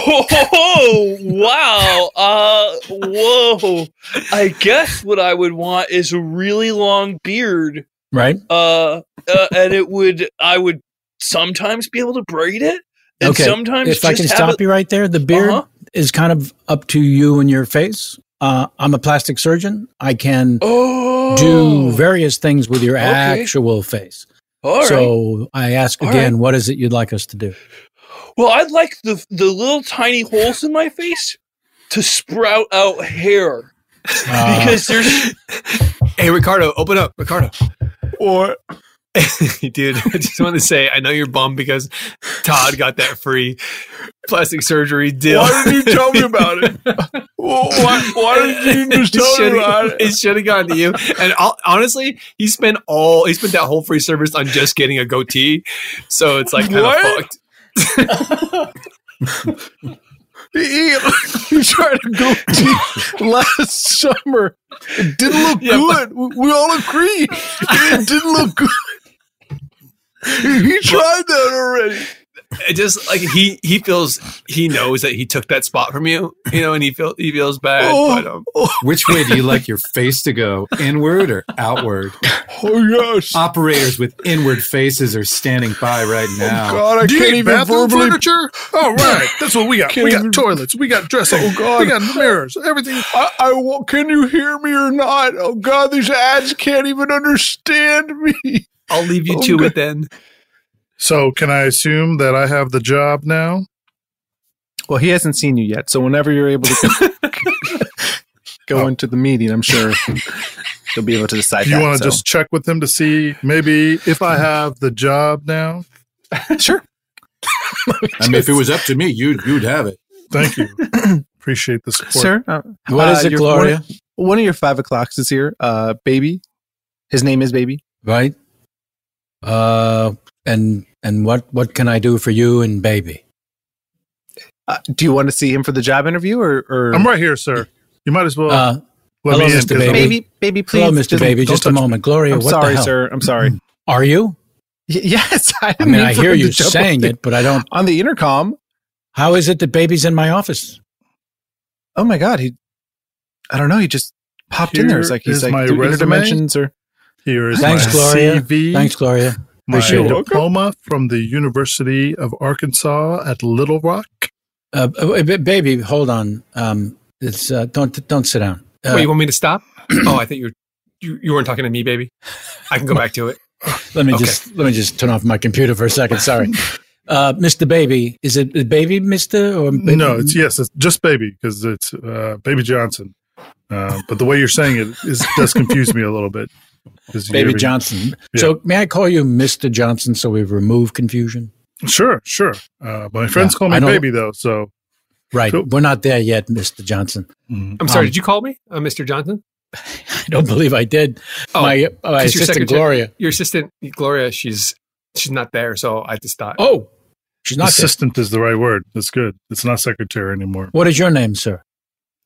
Oh wow! Uh, whoa! I guess what I would want is a really long beard, Right. uh, uh and it would I would sometimes be able to braid it, and sometimes if just I can have Uh-huh. stop it- you right there, the beard is kind of up to you and your face. Uh, I'm a plastic surgeon. I can do various things with your Oh. Okay. actual face. All right. so I ask All again, right. what is it you'd like us to do? Well, I'd like the the little tiny holes in my face to sprout out hair Uh, because there's Hey, Ricardo, open up, Ricardo. Or, dude, I just want to say I know you're bummed because Todd got that free plastic surgery deal. Why did you tell me about it? why- why didn't you just tell me about it? It should have gone to you. And i honestly, he spent all he spent that whole free service on just getting a goatee. So it's like kind of What? fucked. you tried to go deep last summer. It didn't look good. We- we all agree. It didn't look good. He tried that already. It just like he he feels he knows that he took that spot from you, you know, and he feels he feels bad. Oh. but, um, Which way do you like your face to go? Inward or outward? Oh yes. Operators with inward faces are standing by right now. Oh, God, I Do you can't need even bathroom verbally- furniture? All right, that's what we got. Can't we got even- toilets. We got dressing. Oh God! We got mirrors. Everything. I, I wa- can you hear me or not? Oh God! These ads can't even understand me. I'll leave you Oh, to God. it then. so, can I assume that I have the job now? Well, he hasn't seen you yet, so whenever you're able to go into the meeting, I'm sure you'll be able to decide. Do you that, want to so. just check with them to see maybe if I have the job now? Sure. I mean, if it was up to me, you'd you'd have it. Thank you. Appreciate the support. sir? uh, What is it, your- one of- Gloria? One, of your five o'clocks is here. Uh, baby, his name is Baby. Right. Uh, and and what what can I do for you and baby? Uh, do you want to see him for the job interview or? or I'm right here, sir. You might as well Uh, let hello, me in. Mr. 'cause I'm- Baby, baby, please. Hello, Mr. just- Baby. don't Just a touch me. moment, Gloria. I'm what sorry, the hell? sir. I'm sorry. Are you? Y- yes, I, I didn't mean, I for hear him you to jump saying on it, but I don't. On the intercom. How is it that baby's in my office? Oh my God, he. I don't know. He just popped in there. It's Here like he's is like my through resume. interdimensions or. Here is Thanks, my Gloria. CV. Thanks, Gloria. My Appreciate it. diploma from the University of Arkansas at Little Rock. Uh, uh, b- baby, hold on. Um, it's uh, don't don't sit down. Uh, Wait, you want me to stop? oh, I think you were, you you weren't talking to me, baby. I can go back to it. Uh, let me okay. just let me just turn off my computer for a second. Sorry, uh, Mr. Baby, is it is baby, Mister? Or No, it's yes, it's just baby because it's uh, Baby Johnson. Uh, but the way you're saying it is does confuse me a little bit. 'Cause you Baby ever- Johnson. Yeah. So may I call you Mister Johnson so we remove confusion? sure, sure. Uh, my friends Yeah, call I me don't- baby though, so Right. We're not there yet, Mr. Johnson. I'm sorry. Um, did you call me, uh, Mr. Johnson? Oh, I don't believe I did. my my 'cause your assistant secretary- Gloria. Your assistant Gloria, she's she's not there, so I just thought. Oh, she's not there. Assistant is the right word. That's good. It's not secretary anymore. What is your name, sir?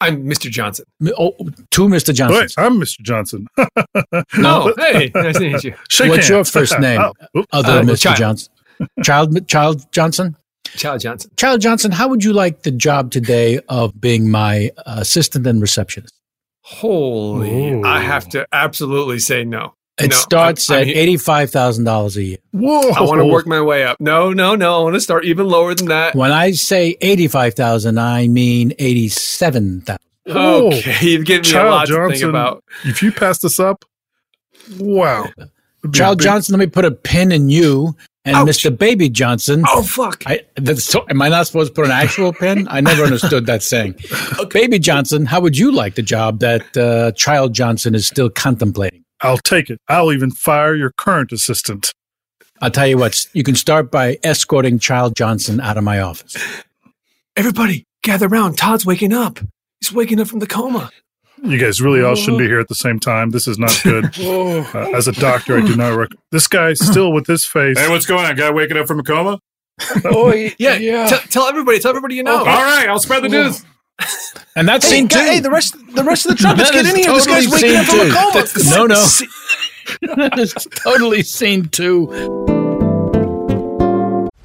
I'm Mr. Johnson. M- Oh, to Mr. Johnson. Wait, I'm Mr. Johnson. No, uh, hey, nice to meet you. Shake What's your hands. first name, Oh, oops. other Uh, than Mr. Child. Johnson? Child, Child Johnson. Child Johnson. Child Johnson, how would you like the job today of being my assistant and receptionist? Holy! I have to absolutely say no. It No, starts I'm- I'm at here- eighty-five thousand dollars a year. Whoa! I want to work my way up. No, no, no. I want to start even lower than that. When I say eighty-five thousand, I mean eighty-seven thousand. Okay, you've given me a lot to think about. If you pass this up, wow. It'd be a Child big- Johnson, let me put a pin in you and Mr. Baby Johnson. Oh fuck! I, that's so, am I not supposed to put an actual pin? I never understood that saying. Baby Johnson, how would you like the job that uh, Child Johnson is still contemplating? I'll take it. I'll even fire your current assistant. I'll tell you what. You can start by escorting Child Johnson out of my office. Everybody, gather round. Todd's waking up. He's waking up from the coma. You guys really all shouldn't be here at the same time. This is not good. Uh, as a doctor, I do not rec- This guy still with his face. Hey, what's going on? Guy waking up from a coma? Oh yeah, yeah. Tell, tell everybody. Tell everybody you know. All right, I'll spread the news. And that's Hey, scene two. guy- hey, the rest, the rest of the trumpets, get in here. This guy's waking up from a coma. No, no. Se- that is totally scene two.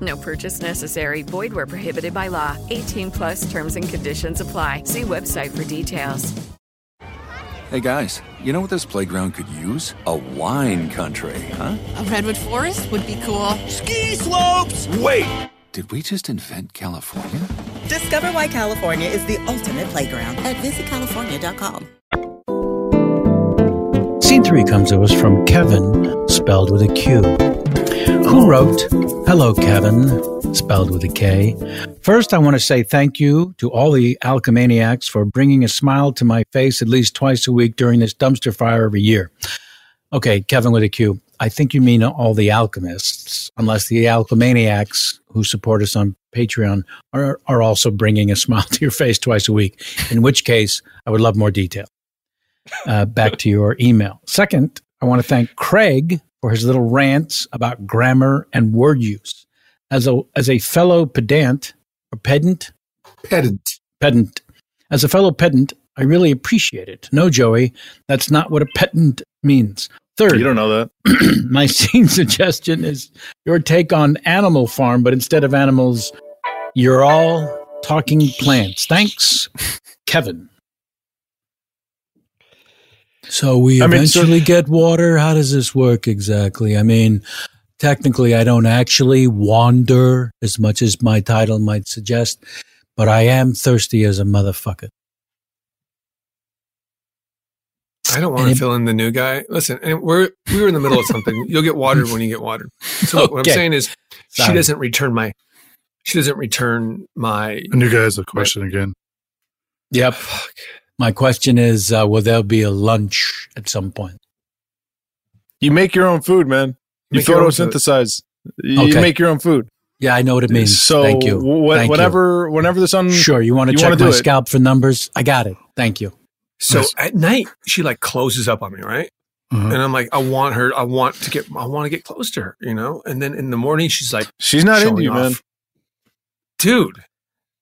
No purchase necessary. Void where prohibited by law. 18 plus terms and conditions apply. See website for details. Hey guys, you know what this playground could use? A wine country, huh? A redwood forest would be cool. Ski slopes! Wait! Did we just invent California? Discover why California is the ultimate playground at visitcalifornia.com. Scene three comes to us from Kevin, spelled with a Q, who wrote, Hello, Kevin, spelled with a K. First, I want to say thank you to all the alchemaniacs for bringing a smile to my face at least twice a week during this dumpster fire every year. Okay, Kevin with a Q. I think you mean all the alchemists, unless the alchemaniacs who support us on Patreon are, are also bringing a smile to your face twice a week, in which case I would love more detail. Uh, back to your email. Second, I want to thank Craig for his little rants about grammar and word use. As a, as a fellow pedant or pedant? Pedant. Pedant. As a fellow pedant, I really appreciate it. No, Joey, that's not what a pedant means. Third, You don't know that. my scene suggestion is your take on Animal Farm, but instead of animals, you're all talking plants. Thanks, Kevin. So we I mean, so- eventually get water. How does this work exactly? I mean, technically, I don't actually wander as much as my title might suggest, but I am thirsty as a motherfucker. I don't want And to it- fill in the new guy. Listen, and we're we were in the middle of something. You'll get watered when you get watered. So what I'm Okay. saying is, she Sorry. doesn't return my. She doesn't return my. And you guys a question again. Yep. My question is uh, will there be a lunch at some point? You make your own food, man. You Make your own food. photosynthesize. You Okay. make your own food. Yeah, I know what it means. So Thank you. wh- Thank you. whenever, whenever the sun, Sure, you want to check wanna my do it. scalp for numbers? I got it. Thank you. So at night, she like closes up on me, right? Mm-hmm. And I'm like, I want her. I want to get. I want to get close to her, you know. And then in the morning, she's like, She's not into showing you, off. man. Dude,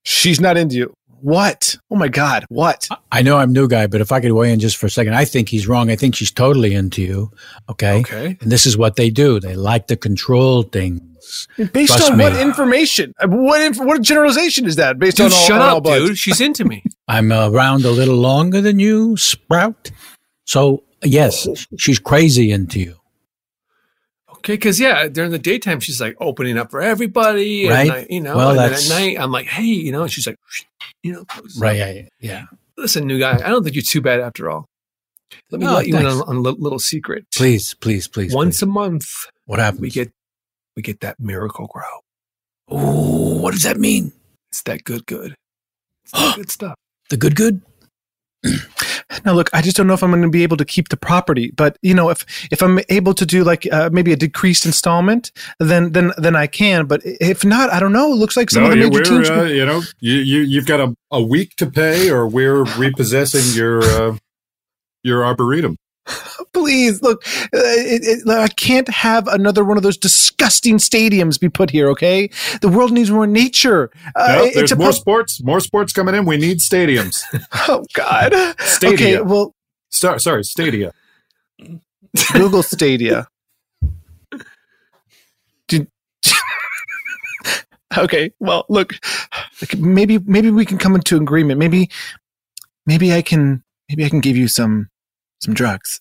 she's not into you. What? Oh my God! What? I know I'm new guy, but if I could weigh in just for a second, I think he's wrong. I think she's totally into you. Okay. Okay. And this is what they do. They like to control things. Based Trust on me. what information? Uh, What inf- what generalization is that? Based Dude, on all, shut on all up, buds? dude. She's into me. I'm around a little longer than you, Sprout. So yes, she's crazy into you. okay, because yeah, during the daytime, she's like opening up for everybody, and Right. I, you know. Well, and then at that's- night, I'm like, hey, you know. And she's like, you know, Right. Yeah. yeah. listen, new guy, I don't think you're too bad after all. Let me Oh, let you thanks. in on, on a li- little secret. Please, please, please. Once a month, what happens? We get we get that miracle grow. Oh, what does that mean? It's that good, good. It's that good stuff. The good, good. Now, look, I just don't know if I'm going to be able to keep the property, but you know, if if I'm able to do like uh, maybe a decreased installment, then then then I can. But i- if not, I don't know. It looks like some of the you- major we're, teams. uh, you know, you, you you've got a, a week to pay, or we're repossessing your uh, your arboretum. please look, uh, it, it, I can't have another one of those disgusting stadiums be put here. Okay, the world needs more nature. Uh, Yep, it- there's a more pub- sports, more sports coming in. We need stadiums. oh God, Stadia. Okay, well, Star, sorry, Stadia. Google Stadia. Did, okay, well, look, like, maybe maybe we can come into agreement. Maybe maybe I can maybe I can give you some some drugs.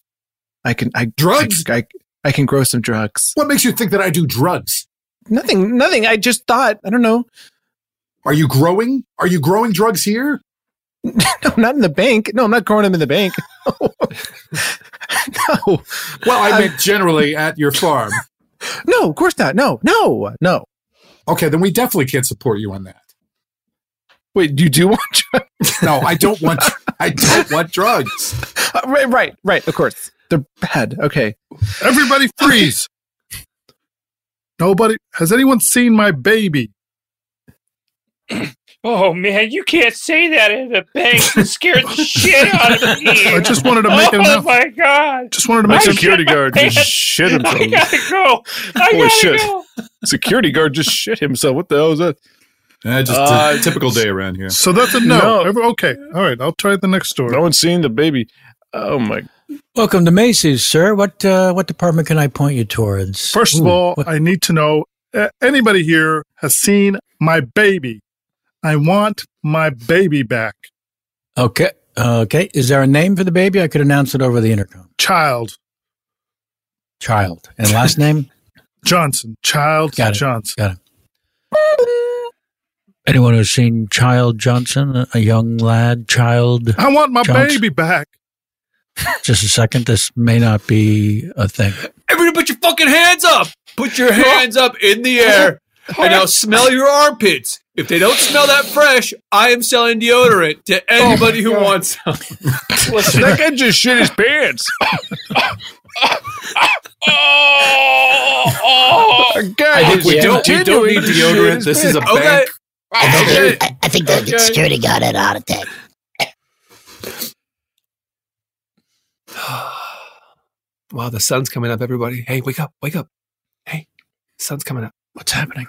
I can I drugs. I, I, I can grow some drugs. What makes you think that I do drugs? Nothing. Nothing. I just thought. I don't know. Are you growing? Are you growing drugs here? no, not in the bank. No, I'm not growing them in the bank. no. Well, I meant generally at your farm. No, of course not. No, no, no. Okay, then we definitely can't support you on that. Wait, you do want drugs? No, I don't want. I don't want drugs. Uh, right, right, right. Of course, they're bad. Okay. Everybody freeze. Nobody has anyone seen my baby? Oh man, you can't say that at a bank. It scared the shit out of me. I just wanted to make oh, an announce- my god! Just wanted to make I a- shit Security my guard just pants. shit I himself. gotta go. I Holy gotta shit. go. Security guard just shit himself. What the hell is that? Uh, Uh, just a typical day around here. So that's a no. Every- okay, all right. I'll try the next story. No one's seen the baby. Oh my! Welcome to Macy's, sir. What uh, what department can I point you towards? First of Ooh, all, what- I need to know uh, anybody here has seen my baby. I want my baby back. okay, okay. Is there a name for the baby? I could announce it over the intercom. Child Child and last name. Johnson. Child Got it. Johnson. Got it. Anyone who's seen Child Johnson, a young lad, Child. I want my Johnson? baby back. Just a second. This may not be a thing. Everybody put your fucking hands up. Put your hands up in the air. And now smell your armpits. If they don't smell that fresh, I am selling deodorant to anybody who wants some. Listen, that guy just shit his pants. I think we don't- we don't need deodorant. This is a Okay. bank. I Okay. think, I, I think the Okay. security guard had a heart attack. Wow, the sun's coming up, everybody. Hey, wake up, wake up. Hey, sun's coming up. What's happening?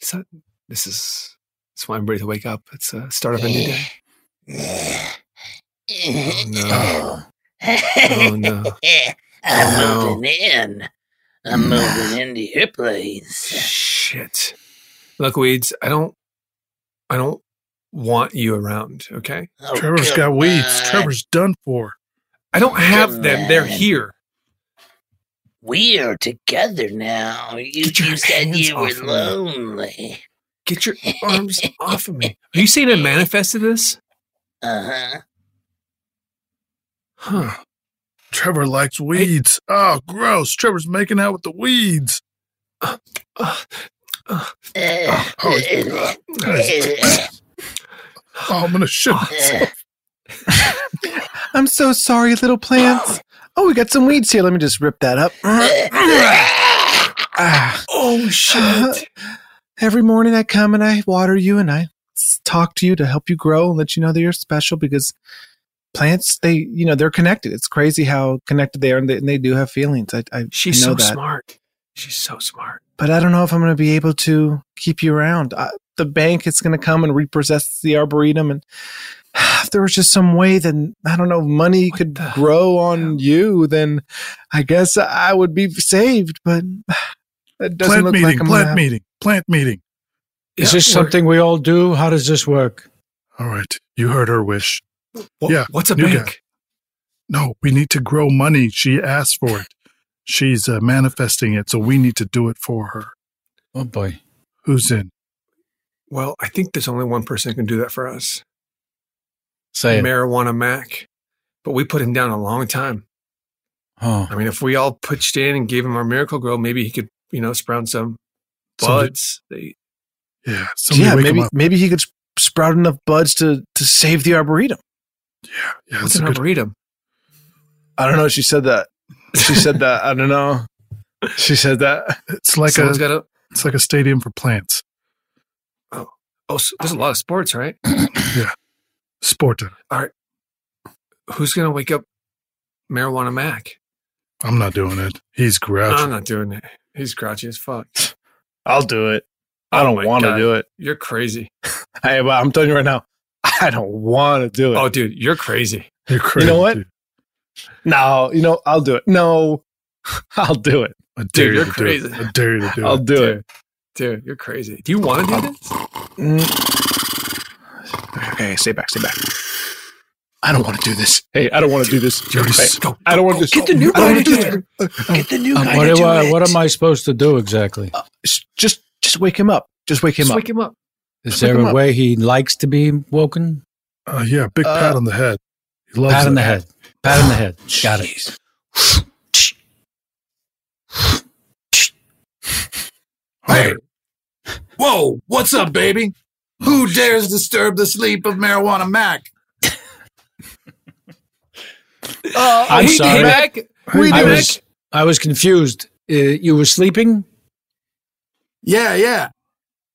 Sun. This is. It's why everybody to wake up. It's a start of a new day. Oh, no. Oh, no. I'm Oh, no. moving in. I'm moving into your place. Shit. Look, weeds. I don't. I don't want you around. Okay. Oh, Trevor's got come weeds. on. Trevor's done for. I don't have Come them. They're on. here. We are together now. You, you said you were lonely. Get your arms off of me. Are you saying I manifested this? Uh huh. Huh. Trevor likes weeds. Oh, gross. Trevor's making out with the weeds. Oh, oh, it's- Oh, I'm going to shit myself. I'm so sorry, little plants. Oh, we got some weeds here. Let me just rip that up. Ah. oh shit! Uh, Every morning I come and I water you and I s- talk to you to help you grow and let you know that you're special because plants they you know they're connected. It's crazy how connected they are and they, and they do have feelings. I, I She's I know so that. smart. She's so smart. But I don't know if I'm going to be able to keep you around. I, the bank is going to come and repossess the arboretum and. If there was just some way, then I don't know, money could grow on you, then I guess I would be saved. But it doesn't Plant look meeting, like I'm plant gonna have- meeting, plant meeting. Is Yeah, this we're- something we all do? How does this work? All right. You heard her wish. Wha- yeah. what's a you bank? got- No, we need to grow money. She asked for it. She's uh, manifesting it, so we need to do it for her. Oh boy. Who's in? Well, I think there's only one person who can do that for us. Say it. Marijuana Mac. But we put him down a long time. Oh, I mean, if we all pitched in and gave him our miracle grow, maybe he could, you know, sprout some Somebody- buds. They, Yeah. somebody yeah, wake him maybe up. maybe he could sp- sprout enough buds to to save the arboretum. yeah, what's an arboretum? I don't know. She said that. She said that. I don't know. She said that. It's like Someone's a, gotta- it's like a stadium for plants. Oh, so there's a lot of sports, right? Yeah. Sporta. all right. Who's going to wake up Marijuana Mac? I'm not doing it. He's I'm grouchy. not doing it. He's grouchy as fuck. I'll do it. I Oh my don't want to God. do it. You're crazy. I, well, I'm telling you right now. I don't want to do it. Oh, dude, you're crazy. You're You know what? No, you know I'll do it. No, I'll do it. I Dude, you're crazy. dare you to do I'll it. do it. Dude, you're crazy. Do you want to do this? Mm. Okay, stay back, stay back. I don't want to do this. Hey, I don't want to do this. Hey, I don't want to do this. Get the new I don't wanna do this. Get the new Uh, what, am I, what am I supposed to do exactly? Uh, Just, just wake him up. Just wake him Just up. wake him up. Is Look there him a up. way he likes to be woken? Uh, yeah, big pat on the head. He loves Pat it. in the head. Pat in the head. Got it. Hey. Whoa, what's up, baby? Who dares disturb the sleep of Marijuana Mac? Oh, Uh, I'm hey, sorry. Hey, Mac. We I do was, I was confused. Uh, you were sleeping? Yeah, yeah.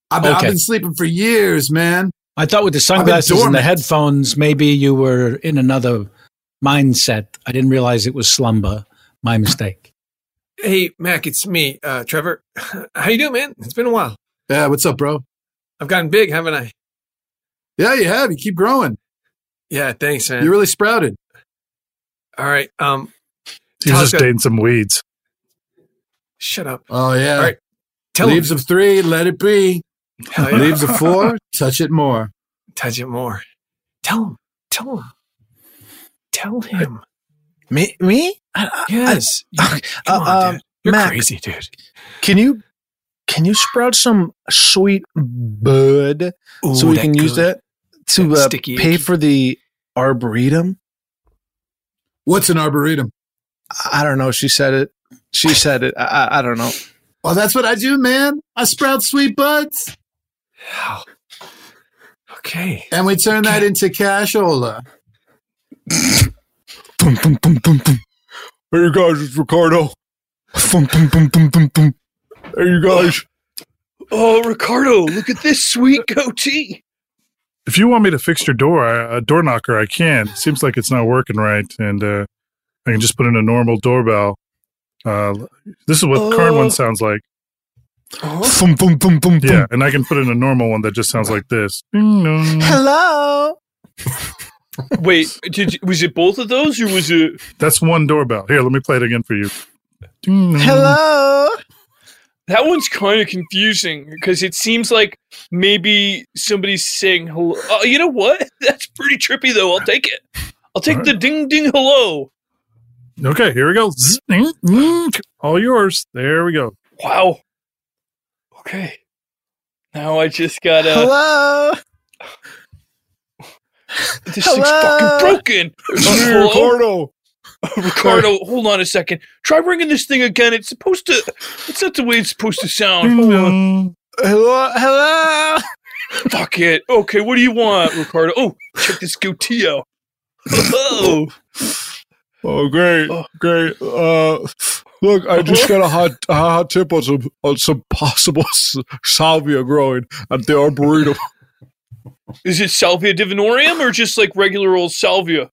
I've been, Okay. I've been sleeping for years, man. I thought with the been sunglasses and the dormant. headphones, maybe you were in another mindset. I didn't realize it was slumber. My mistake. Hey, Mac, it's me, uh, Trevor. How you doing, man? It's been a while. Yeah, what's up, bro? I've gotten big, haven't I? Yeah, you have. You keep growing. Yeah, thanks, man. You really sprouted. All right. Um, He's Todd's just got- dating some weeds. Shut up. Oh yeah. All right. Tell Leaves him. of three, let it be. Hell yeah. Leaves of four, touch it more. Touch it more. Tell him. Tell him. Tell him. Me, me? I- I- Yes. I- Come uh, on, um, dude. You're Mac, crazy, dude. Can you, can you sprout some sweet bud so Ooh, we that can use good. that to That uh, sticky pay icky. for the arboretum? What's an arboretum? I don't know. She said it. She said it. I, I, I don't know. Well, that's what I do, man. I sprout sweet buds. Okay. And we turn that into cashola. Dum, dum, dum, dum, dum. Hey, you guys, it's Ricardo. Dum, dum, dum, dum, dum, dum. Hey, you guys. Oh, Ricardo, look at this sweet goatee. If you want me to fix your door, I, a door knocker, I can. It seems like it's not working right, and uh, I can just put in a normal doorbell. Uh, this is what the current one sounds like. Dum, dum, dum, dum, dum. Yeah, and I can put in a normal one that just sounds like this. Mm-hmm. Hello. Wait, did you, was it both of those or was it? That's one doorbell. Here, let me play it again for you. Hello. That one's kind of confusing because it seems like maybe somebody's saying hello. Oh, you know what? That's pretty trippy though. I'll take it. I'll take the ding ding hello. Okay, here we go. Zzz, mm, mm, All yours. There we go. Wow. Okay. Now I just gotta. Hello. This Hello? thing's fucking broken. Hello? Ricardo. Ricardo, hold on a second. Try ringing this thing again. It's supposed to. It's not the way it's supposed to sound. Hold on. Mm, Hello. Hello. Fuck it. Okay, what do you want, Ricardo? Oh, check this goatee out. Oh. Oh, great, great. Uh, look, I just got a hot, a hot tip on some on some possible s- salvia growing at the arboretum. Is it salvia divinorum or just like regular old salvia?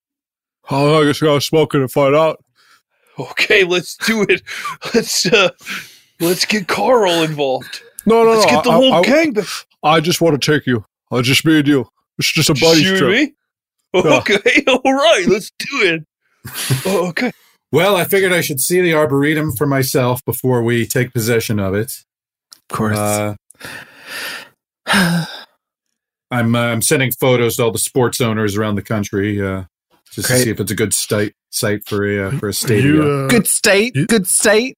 Oh, I just gotta smoke it and find out. Okay, let's do it. Let's uh let's get Carl involved. No, no, let's no. get the I- whole I- gang. back. I just want to take you. I'll just be and you. It's just a buddy you and trip. me? Okay, all right, let's do it. Oh, okay. Well, I figured I should see the arboretum for myself before we take possession of it. Uh, Of course. I'm uh, I'm sending photos to all the sports owners around the country uh, just to see if it's a good site site for a uh, for a stadium. good state. Good state.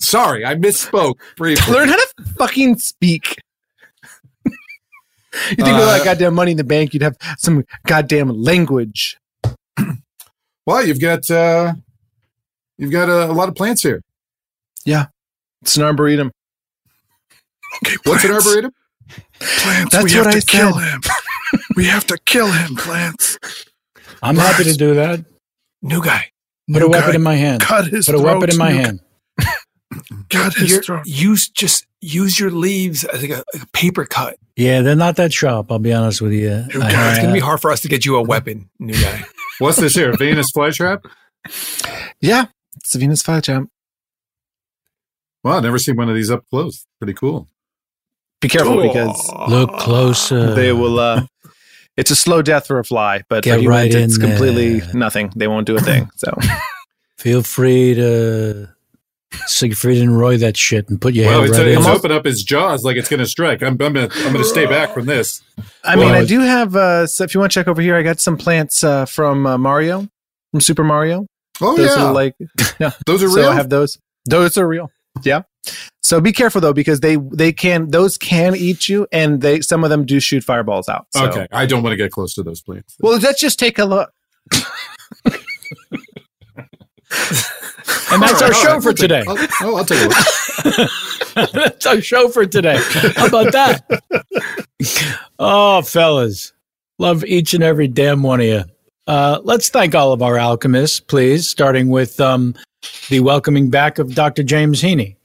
Sorry, I misspoke. Briefly. Learn how to fucking speak. you think with all that Uh, goddamn money in the bank, you'd have some goddamn language. Well, you've got uh, you've got uh, a, a lot of plants here. Yeah, it's an arboretum. Okay, what's an plants. arboretum? Plants. we have to kill him. we have to kill him, Plants. I'm happy to do that. New guy. Put a New weapon guy. in my hand. Cut his Put a throat, weapon in my new guy. hand. God, You're- Use just use your leaves as like a, like a paper cut. Yeah, they're not that sharp. I'll be honest with you. Uh, New guy. it's gonna be hard for us to get you a weapon, new guy. What's this here? Venus flytrap? Yeah, it's the Venus flytrap. Well, I've never seen one of these up close. Pretty cool. Be careful Cool. because look closer. They will. uh It's a slow death for a fly, but Get for humans, right in it's completely nothing. They won't do a thing. So Feel free to Siegfried and Roy that shit and put your well, hand it's, right in. it's opened up its jaws like it's going to strike. I'm, I'm going to I'm going to stay back from this. I mean, Well, I do have. uh so If you want to check over here, I got some plants uh from uh, Mario, from Super Mario. Oh those yeah. are like yeah. Those are so real? I have those. Those are real. Yeah. So be careful though, because they they can those can eat you, and they some of them do shoot fireballs out. So. Okay, I don't want to get close to those plants. Well, let's just take a look. And that's All our right, all show right, for I'll take- today. I'll- Oh, I'll take a look. That's our show for today. How about that? oh, fellas, love each and every damn one of you. Uh, let's thank all of our alchemists, please, starting with um, the welcoming back of Dr. James Heaney.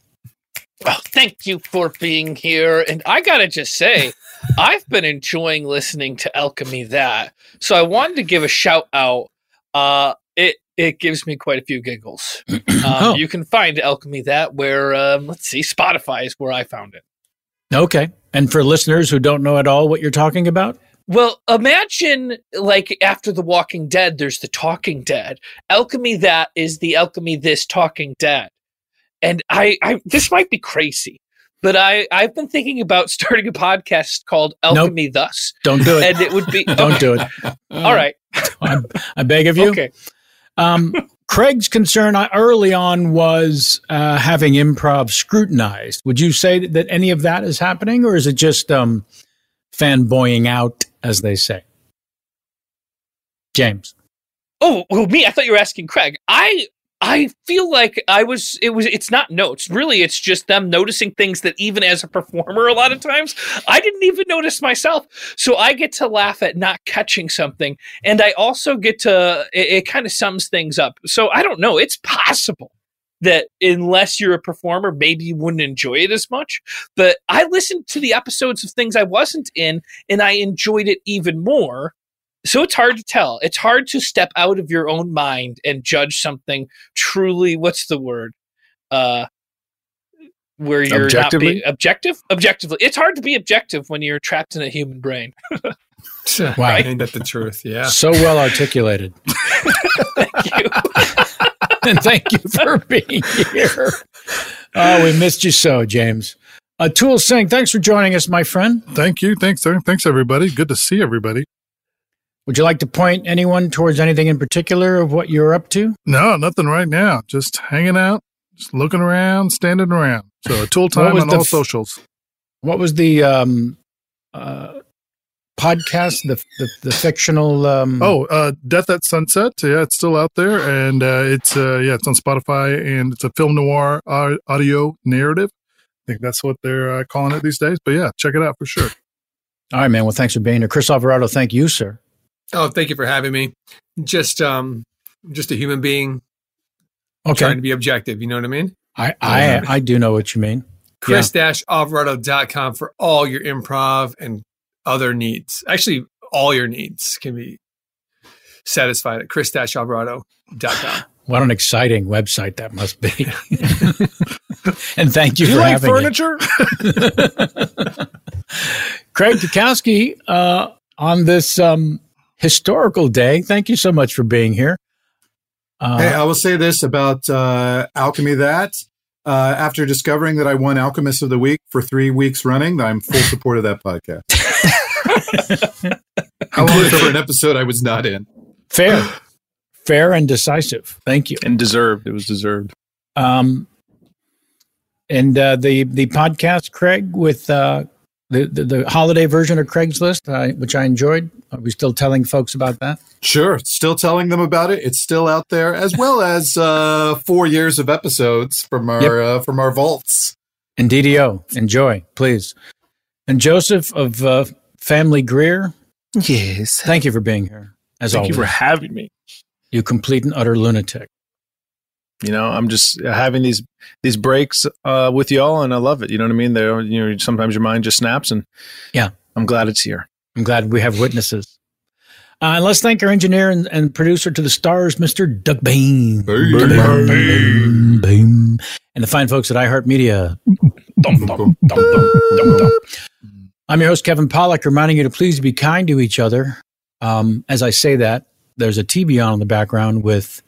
Well, thank you for being here. And I gotta just say, I've been enjoying listening to Alchemy That. So I wanted to give a shout out. Uh it it gives me quite a few giggles. Um, Oh. You can find Alchemy That where um, let's see, Spotify is where I found it. Okay. And for listeners who don't know at all what you're talking about, Well, imagine like after The Walking Dead, there's The Talking Dead. Alchemy that is the alchemy this Talking Dead. And I, I this might be crazy, but I I've been thinking about starting a podcast called Alchemy Thus. don't do it. And it would be don't do it. All right. I, I beg of you. Okay. Um, Craig's concern I- early on was uh, having improv scrutinized. Would you say that, that any of that is happening, or is it just um, fanboying out, as they say? James. Oh, well, me. I thought you were asking Craig. I I feel like I was. It was. It's not notes. Really, it's just them noticing things that even as a performer, a lot of times I didn't even notice myself. So I get to laugh at not catching something, and I also get to. It, it kind of sums things up. So I don't know. It's possible that unless you're a performer, maybe you wouldn't enjoy it as much. But I listened to the episodes of things I wasn't in, and I enjoyed it even more so it's hard to tell. It's hard to step out of your own mind and judge something truly. What's the word? Uh, where you're not being Objectively? objective. Objectively, it's hard to be objective when you're trapped in a human brain. Wow. Ain't that the truth? Yeah. So well articulated. and thank you for being here. Oh, we missed you so, James. Uh, Tool Singh, thanks for joining us, my friend. Thank you. Thanks, sir. Thanks, everybody. Good to see everybody. Would you like to point anyone towards anything in particular of what you're up to? No, nothing right now. Just hanging out, just looking around, standing around. So a tool What time was on the all f- socials. What was the um, uh, podcast? The the, the fictional. Um, Oh, uh, Death at Sunset. Yeah, it's still out there, and uh, it's uh, yeah, it's on Spotify, and it's a film noir au- audio narrative. I think that's what they're uh, calling it these days. But yeah, check it out for sure. all right, man. Well, thanks for being here, Chris Alvarado. Thank you, sir. Oh, thank you for having me. Just um, just a human being. Okay. Trying to be objective. You know what I mean? I I, Uh, I do know what you mean. Yeah. chris-alvarado.com for all your improv and other needs. Actually, all your needs can be satisfied at chris-alvarado.com. What an exciting website that must be. and thank you Do you for like having furniture? it. Craig Dukowski, uh, on this um, historical day, thank you so much for being here. Uh, hey, I will say this about uh, Alchemy That. Uh, after discovering that I won Alchemist of the Week for three weeks running, I'm full support of that podcast. How long for an episode I was not in? fair, fair and decisive. Thank you. And deserved. It was deserved. Um, and uh, the the podcast, Craig, with uh, the, the the holiday version of Craigslist, uh, which I enjoyed. Are we still telling folks about that? Sure. Still telling them about it. It's still out there, as well as uh, four years of episodes from our uh, from our vaults. and DDO. Enjoy, please. And Joseph of uh, Family Greer. Yes. Thank you for being here. As Thank you always, for having me. You complete and utter lunatic. You know, I'm just having these these breaks uh, with y'all, and I love it. You know what I mean? They're you know sometimes your mind just snaps, and yeah, I'm glad it's here. I'm glad we have witnesses. Uh, and let's thank our engineer and, and producer to the stars, Mr. Doug Bain. Boom, boom, boom, boom. And the fine folks at iHeartMedia. Dum, dum, dum, dum, dum, dum. I'm your host, Kevin Pollock, reminding you to please be kind to each other. Um, as I say that, there's a TV on in the background with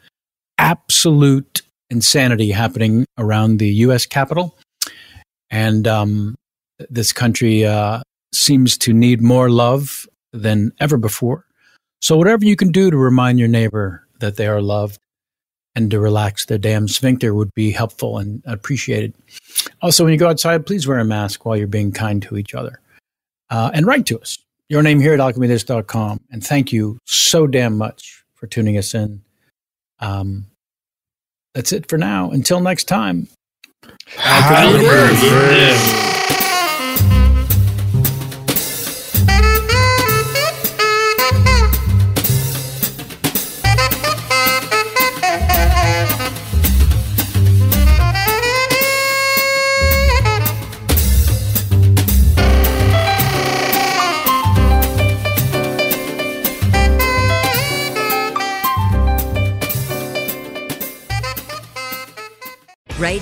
absolute insanity happening around the U.S. Capitol. And um, this country uh, seems to need more love than ever before. So, whatever you can do to remind your neighbor that they are loved and to relax their damn sphincter would be helpful and appreciated. Also, when you go outside, please wear a mask while you're being kind to each other. Uh, and write to us, your name here at alchemythis.com. And thank you so damn much for tuning us in. Um, that's it for now. Until next time. Happy birthday. Right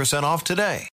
off today.